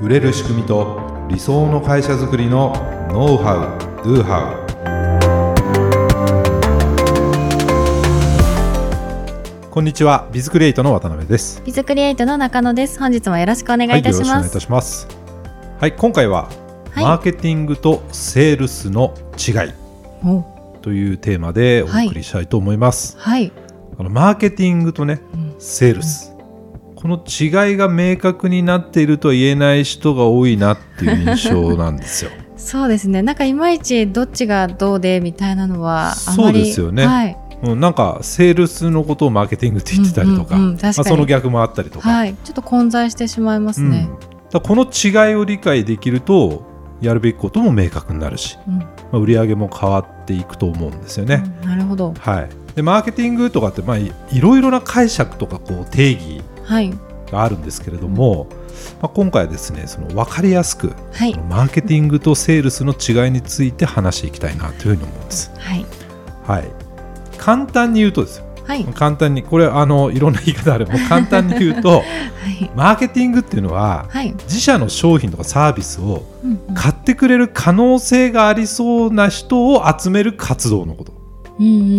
売れる仕組みと理想の会社づくりのノウハウ・ドゥハウこんにちはビズクリエイトの渡辺ですビズクリエイトの中野です。本日もよろしくお願いいたしよろしくおま願いいす。たしますはい今回は、はいマーケティングとセールスの違いおというテーマでお送りしたいと思います、はい、あのマーケティングとねうんセールス、この違いが明確になっているとは言えない人が多いなっていう印象なんですよ。そうですね。なんかいまいちどっちがどうでみたいなのはあそまりうですよねはい、うん、なんかセールスのことをマーケティングって言ってたりとか,、うんうんうん確かまあ、そにの逆もあったりとか,、はい、ちょっと混在してしまいますうんね。だからこの違いを理解できるとやるべきことも明確になるし、うん、まあ、売り上げも変わっていくと思うんですよね。うんなるほど。はい、でマーケティングとかって、まあ、いいろいろな解釈とかこう定義はい、があるんですけれども、まあ、今回はですねその分かりやすくはい、マーケティングとセールスの違いについて話していきたいなというふうに思うんです。はい、はい、簡単に言うとですよはい、簡単にこれあのいろんな言い方あるもう簡単に言うと はい、マーケティングっていうのははい、自社の商品とかサービスをうんうん買ってくれる可能性がありそうな人を集める活動のこと、うんうんうんうんう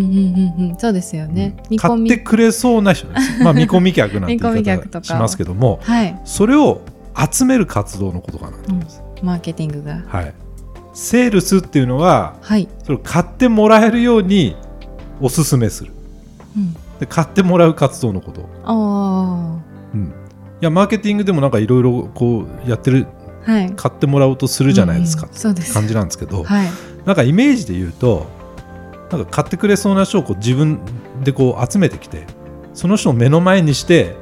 ん、そうですよね。うん見込買みってくれそう な人です、まあ、見込み客なんて言い見込み客方とかしますけどもはい、それを集める活動のことかなと思います、マーケティングがはい、セールスっていうのははい、それを買ってもらえるようにおすすめするうん、で買ってもらう活動のこと、あうん、いやマーケティングでもなんかいろいろこうやってるあ、はい、買ってもらおうとするじゃないですか、うんうんそうです。感じなんですけど、はい、なんかイメージで言うとなんか買ってくれそうな人をこう自分でこう集めてきてその人を目の前にして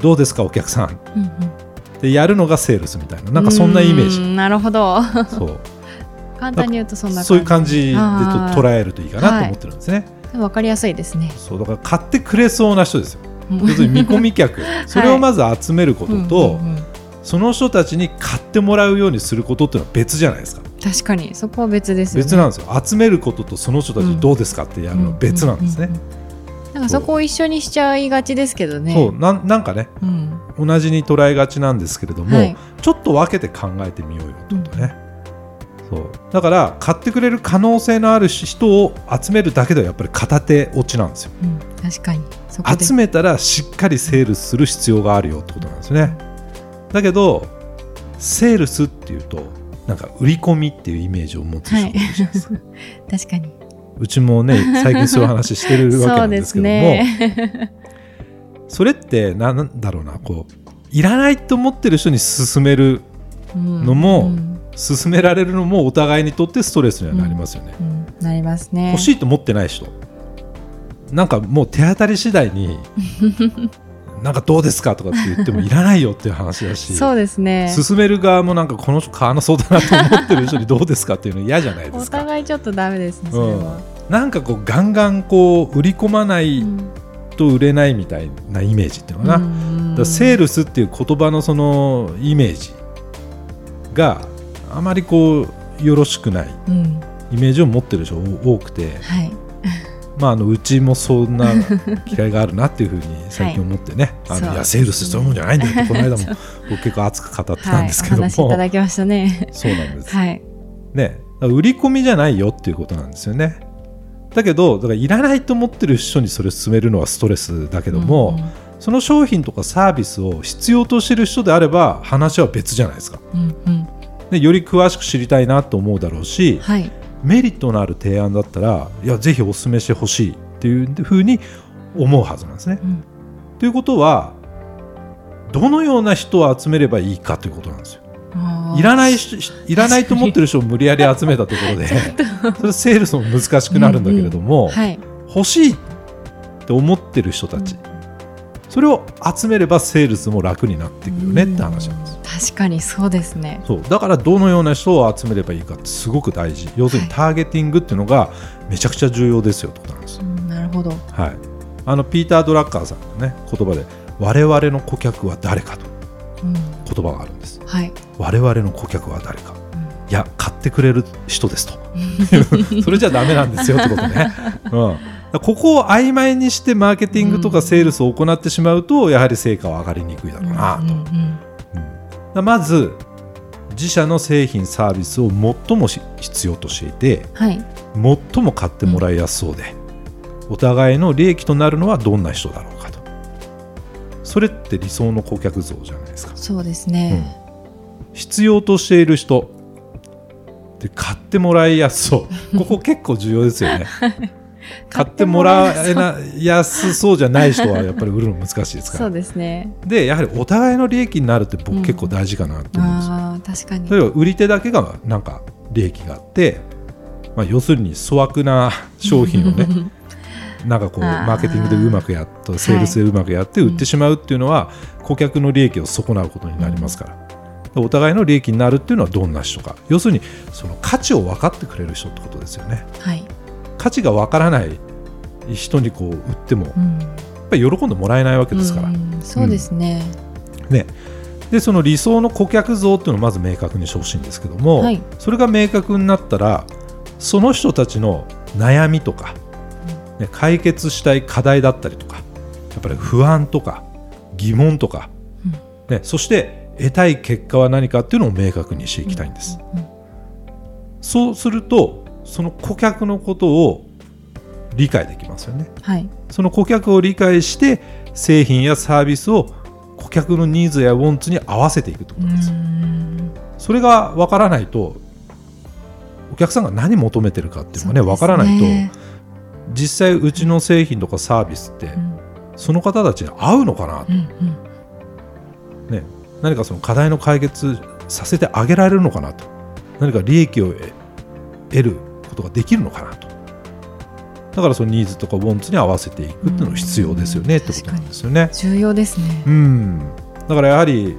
どうですかお客さんうんうん、でやるのがセールスみたいななんかそんなイメーうジん。なるほど。そう簡単に言うと そんなそういう感じでとあー捉えるといいかなはとい思ってるんですね、わかりやすいですね。そうだから買ってくれそうな人ですようん要するに見込み 客それをまず集めることと、うんうんうんその人たちに買ってもらうようにすることっていうのは別じゃないですか、確かにそこは別ですよ、ね。別なんですよ集めることとその人たちにどうですかってやるのは別なんですねう、ううんうん。なんかそこを一緒にしちゃいがちですけどね。そうなんなんかねうん。同じに捉えがちなんですけれども、はいちょっと分けて考えてみようよってことね、そうだから買ってくれる可能性のある人を集めるだけではやっぱり片手落ちなんですようん、確かにそこで集めたらしっかりセールスする必要があるよってことなんですねだけどセールスっていうとなんか売り込みっていうイメージを持つ人が多いじゃないですか確かにうちもね最近そういう話してるわけなんですけどもそ,、れね。ってなんだろうなこういらないと思ってる人に勧めるののもうん勧められるのもお互いにとってストレスにはなりますよね、うんなりますね。欲しいと思ってない人なんかもう手当たり次第 になんかどうですかとかって言ってもいらないよっていう話だしそうですね。勧める側もなんかこの人買わなそうだなと思ってる人にどうですかっていうの嫌じゃないでおすか互いちょっとダメですね。それは。なんかこうガンガンこう売り込まなういんと売れないみたいなイメージっていうのかな、だからセールスっていう言葉のそのイメージがあまりこうよろしくないうんうんイメージを持ってる人多くて、はい。まあ、あのうちもそんな嫌いがあるなっていうふうに最近思ってね、はいあのいそやうセールスそういうもんじゃないんだよってこの間も僕結構熱く語ってたんはい。ですおけども、話いただきましたね。そうなんです、はい。ね、だから売り込みじゃないよっていうことなんですよねだけどだからいらないと思ってる人にそれ勧めるのはストレスだけけども、その商品とかサービスを必要としてる人であれば話は別じゃないですかうんうんでより詳しく知りたいなと思うだろうしはい。メリットのある提案だったらいやぜひお勧めしてほしいっていうふうに思うはずなんですね。うんということはどのような人を集めればいいかということなんですよ。あーいらない人いらないと思ってる人を無理やり集めたとこ ろで それセールスも難しくなるんだけれども、はい。欲しいって思ってる人たちそれを集めればセールスも楽になってくるよねって話なんですよ。確かにそうですね。そうだからどのような人を集めればいいかってすごく大事要するにはいターゲティングっていうのがめちゃくちゃ重要ですよってことなんですよ、うんなるほど。はい、あのピーター・ドラッカーさんのね言葉で「我々の顧客は誰か」とうん言葉があるんですはい。我々の顧客は誰かうんいや買ってくれる人ですと それじゃダメなんですよってことね、うん、だからここを曖昧にしてマーケティングとかセールスを行ってしまうとやはり成果は上がりにくいだろうなと、うんうんうんうんだからまず自社の製品サービスを最もし必要としていてはい。最も買ってもらいやすそうで、お互いの利益となるのはどんな人だろうかとそれって理想の顧客像じゃないですかそうですね。必要としている人で買ってもらいやすそうここ結構重要ですよね 買ってもらえなやすそうじゃない人はやっぱり売るの難しいですかそらうですね。でやはりお互いの利益になるってう僕ん結構大事かなと思うんですよ、ああ、確かに。例えば売り手だけがなんか利益があって、まあ、要するに粗悪な商品をね なんかこうあーマーケティングでうまくやっとセールスでうまくやって売ってしまうっていうのは顧客の利益を損なうことになりますから。でお互いの利益になるっていうのはどんな人か要するにその価値を分かってくれる人ってことですよねはい。価値が分からない人にこう売ってもやうん。っぱり喜んでもらえないわけですから、うんそうですね。ね、でその理想の顧客像っていうのをまず明確にしてほしいんですけども、はいそれが明確になったらその人たちの悩みとか、ね、解決したい課題だったりとかやっぱり不安とか疑問とか、ね、そして得たい結果は何かっていうのを明確にしていきたいんです、そうするとその顧客のことを理解できますよねはい。その顧客を理解して製品やサービスを顧客のニーズやウォンツに合わせていくってこうとです、ん。それが分からないとお客さんが何求めてるかっていうのがね分からないとと。実際うちの製品とかサービスってうんその方たちに合うのかな、うんうんね、何かその課題の解決させてあげられるのかなと何か利益を得得ることができるのかなとだからそのニーズとかウォンツに合わせていくっていうのが必要ですよねってことなんですよね。重要ですねう。ん、だからやはり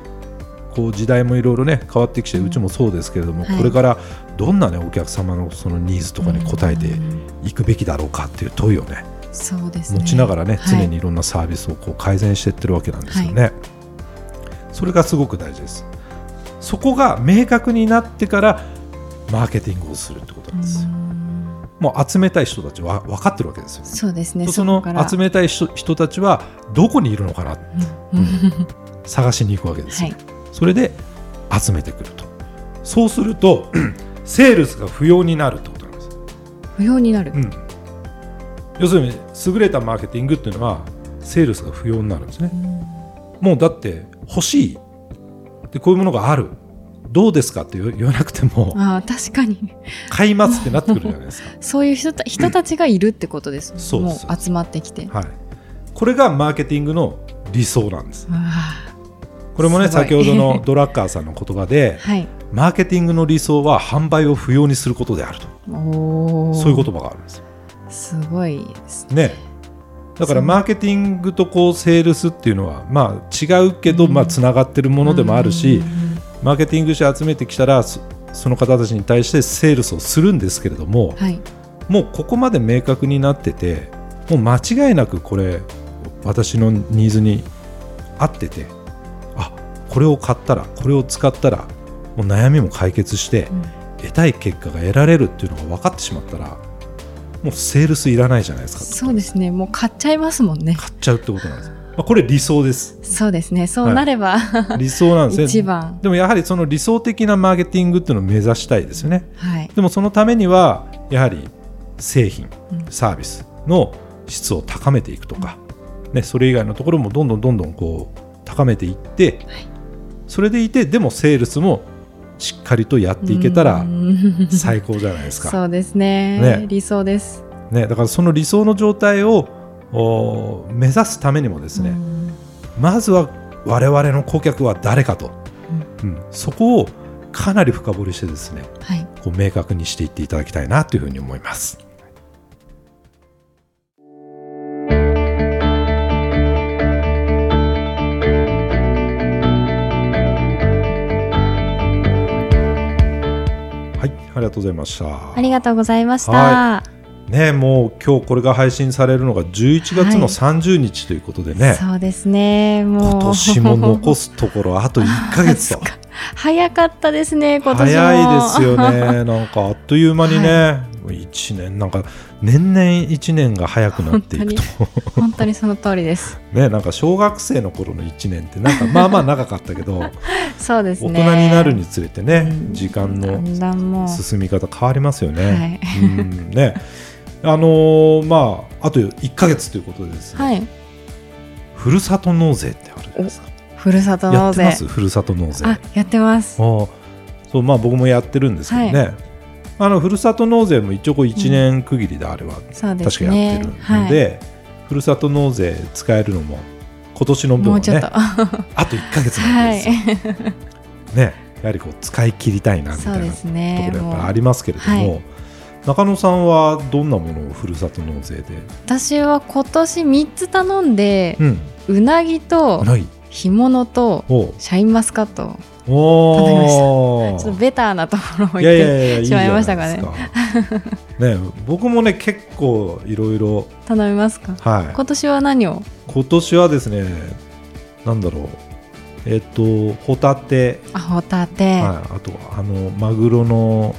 こう時代もいろいろね変わってきてうちもそうですけれども、はいこれからどんなねお客様のそのニーズとかに応えてうんいくべきだろうかっていう問いをねそうですね。持ちながらねはい常にいろんなサービスをこう改善していってるわけなんですよね、それがすごく大事ですそこが明確になってからマーケティングをするってことなんですよ、うんもう集めたい人たちは分かってるわけですよそうですね。その集め。めたい人人たちはどこにいるのかなうんうん探しに行くわけですよはい。それで集めてくるとそうするとセールスが不要になるってことなんです、不要になるう。ん、要するに優れたマーケティングっていうのはセールスが不要になるんですねもうだって欲しいでこういうものがあるどうですかって言言わなくてもああ、確かに。買いますってなってくるじゃないです か、そういう人た人たちがいるってことですもん。そうですもう集まってきて。はい、これがマーケティングの理想なんですあこれもねすごい先ほどのドラッカーさんの言葉あではい。マーケティングの理想は販売を不要にすることであるとおお。そういう言葉があるんですよすごいですね。ねだからそうマーケティングとこうセールスっていうのはまあ違うけどうんまあつながってるものでもあるしうんうんうんマーケティングして集めてきたらそその方たちに対してセールスをするんですけれどもはい。もうここまで明確になっててもう間違いなくこれ私のニーズに合っててあこれを買ったらこれを使ったらもう悩みも解決してうん得たい結果が得られるっていうのが分かってしまったらもうセールスいらないじゃないですかとそうですね。もう買っちゃいますもんね。買っちゃうってことなんです。まあ、これ理想 です。そうですね。そうなれば、理想なんですね。一番。でもやはりその理想的なマーケティングっていうのを目指したいですよね。はい。でもそのためにはやはり製品うん、サービスの質を高めていくとか、ね、それ以外のところもどんどんどんどんこう高めていって、はいそれでいてでもセールスもしっかりとやっていけたらうん最高じゃないです か。そうですねね理想です。ね、だからその理想の状態をお目指すためにもですね、うんまずは我々の顧客は誰かと、うんそこをかなり深掘りしてですねはい。こう明確にしていっていただきたいなというふうに思います。はい、ありがとうございました。ありがとうございました。はね、もう今日これが配信されるのが11月の30日ということでね、そうですね。も今う年も残すすところあ と1ヶ月と。早かったですね。今年も 早いですよね。なんかあっという間にね、 1年なんか年々1年が早くなっていくと本当にその通りです。ねなんか小学生の頃の1年って なんかまあまあ長かったけどそうです大人ね。になるにつれてねうん時間だのんだんもう、進み方変わりますよね。はい。うんねあのーまああと1か月ということでですね、はい。ふるさと納税ってあるじゃないですかふるさとや納って税。ますふるさと納税あ、やってます。ああそうまあ僕もやってるんですけどね、あのふるさと納税も一応こう1年区切りであれはそうです確かね。やってるのはで、ふるさと納税使えるのも今年のい、分もはうちょっねと。あと1か月なんはですよ、い。ねやはりこう使い切りたいなみそたういでなすとね。ころやっぱりあもうりますけれども、は中野さんはどんなものをふるさと納税で、私は今年3つ頼んで、うん、うなぎとない干物とおシャインマスカット。おちょっとベターなところを言って。いやいやいやいいしじゃまいなまいしたかでねすか。ね僕もね結構いろいろ頼みますかはい今年は何を今年はですねなんだろうえっとホタテ、あホタテ、はい、あとあのマグロの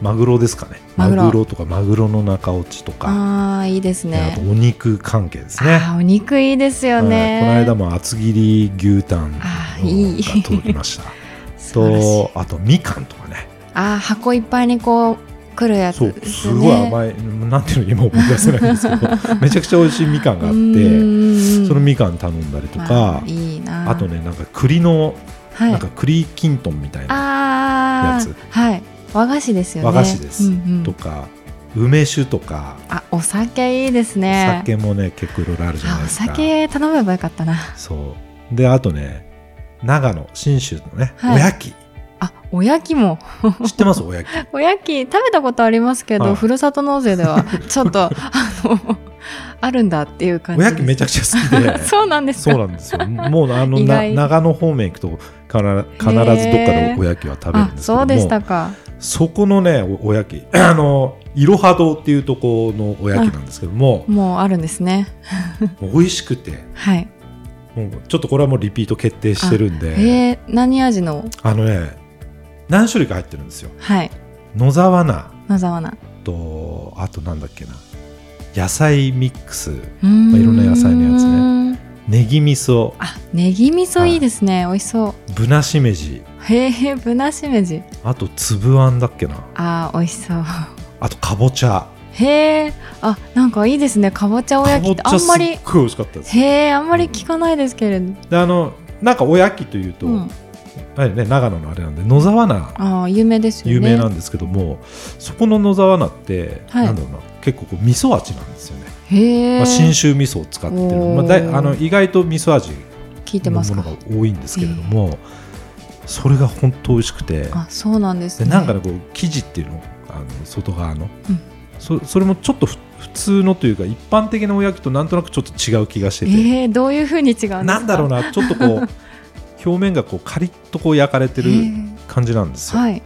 マグロですかねマグロとかマグロの中落ちとか、ああいいですねあねとお肉関係ですねあーお肉いいですよはね、いこの間も厚切り牛タンあーいいが通りました 素晴らしいとあとみかんとかねあー箱いっぱいにこう来るやつそうですすよねごい甘い、なんていうの今思い出せないんですけ どめちゃくちゃ美味しいみかんがあっててそのみかん頼んだりとか、いいなあとねなんか栗のはいなんか栗きんとんみたいなあーやはい和菓子ですよね和菓子ですうんうんとか、梅酒とか、あお酒いいですねお酒もね結構いろいろあるじゃないあおですか酒頼めばよかったなそうであとね長野信州のね、はいおや きあおやきも知ってますおやきおやき食べたことありますけど、はいふるさと納税で はちょっとあのあるんだっていう感おじでやすきめちゃくちゃ好きで そうなんですそうかなんですよもうあの意な外長野方面行くとかな必ずどっかでおやきは食べるんあですけどもそうでしたかそこのねおおやき あのいろは堂っていうとこのおやきなんですけどももうあるんですねもう美味しくてはいもうちょっとこれはもうリピート決定してるんでえー、何味のあのね、何種類か入ってるんですよ。はい野沢菜野沢菜と、あとなんだっけな、野菜ミックス、うーんまあいろんな野菜のやつネギ味噌、あネギ味噌いいですね、美味しそうぶなしめじ、へえぶなしめじあとつぶあんだっけな、あー美味しそうあとかぼちゃ。へえあなんかいいですねかぼちゃおかやきぼっちてゃあんすっまりごい美味しかったです。へえあんまり聞かないですけれど、で、あの、なんかおやきというと、うん、あれね、長野のあれなんで、野沢菜、ああ有名ですよね有名なんですけども、そこの野沢菜って、はいなんだろうな、結構こう味噌味なんですよね。へえ、まあ、信州味噌を使ってる、まあ、だいあの意外と味噌味聞いてまのすもかのが多いんですけれども、それが本当美味しくてあそうなんですでねなんかねこう生地っていうのあの外側の、うんそそれもちょっとふ普通のというか一般的なおやきとなんとなくちょっと違う気がしてて、えー、どういうふうに違うんですかなんだろうなちょっとこ う表面がこうカリッとこう焼かれてるへー感じなんですよ。はい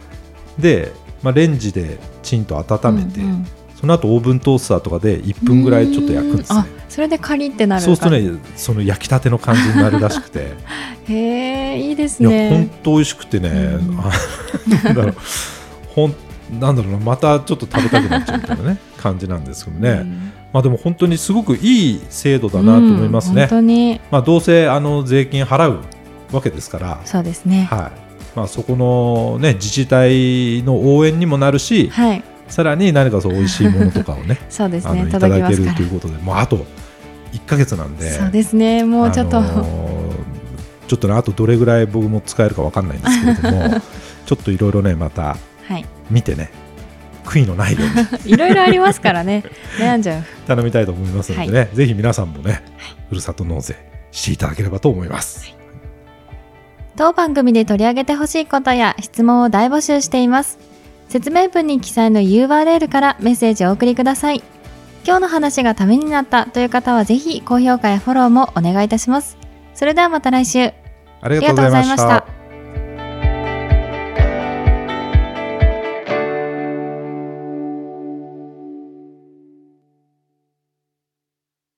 で、まあ、レンジでチンと温めて、うんうんその後オーブントースターとかで1分ぐらいちょっと焼くんですねう。ーんあそれでカリってなるそうするとねねその焼きたての感じになるらしくてへえいいですいや本ね当美味しくてね、うんあなんだろうほんなんだろうなまたちょっと食べたくなっちゃうみたいなね感じなんですけどね、うんまあでも本当にすごくいい制度だなと思いますね、うん本当にまあどうせあの税金払うわけですから、そうですねはいまあ、そこのね自治体の応援にもなるし、はいさらに何かそう美味しいものとかをねそうですあのねいた届きだまけするかというらことでもうあと1か月なんでそうですねもうちょっと、あのーちょっとねあとどれぐらい僕も使えるかわかんないんですけれど もちょっといろいろねまたはい 見てね悔いのないようにいろいろありますからね悩んじゃう頼みたいと思いますのでね、ぜひ皆さんもねふるさと納税していただければと思います、当番組で取り上げてほしいことや質問を大募集しています。説明文に記載の URL からメッセージをお送りください。今日の話がためになったという方はぜひ高評価やフォローもお願いいたします。それではまた来週。ありがとうございまありがとうございまししたた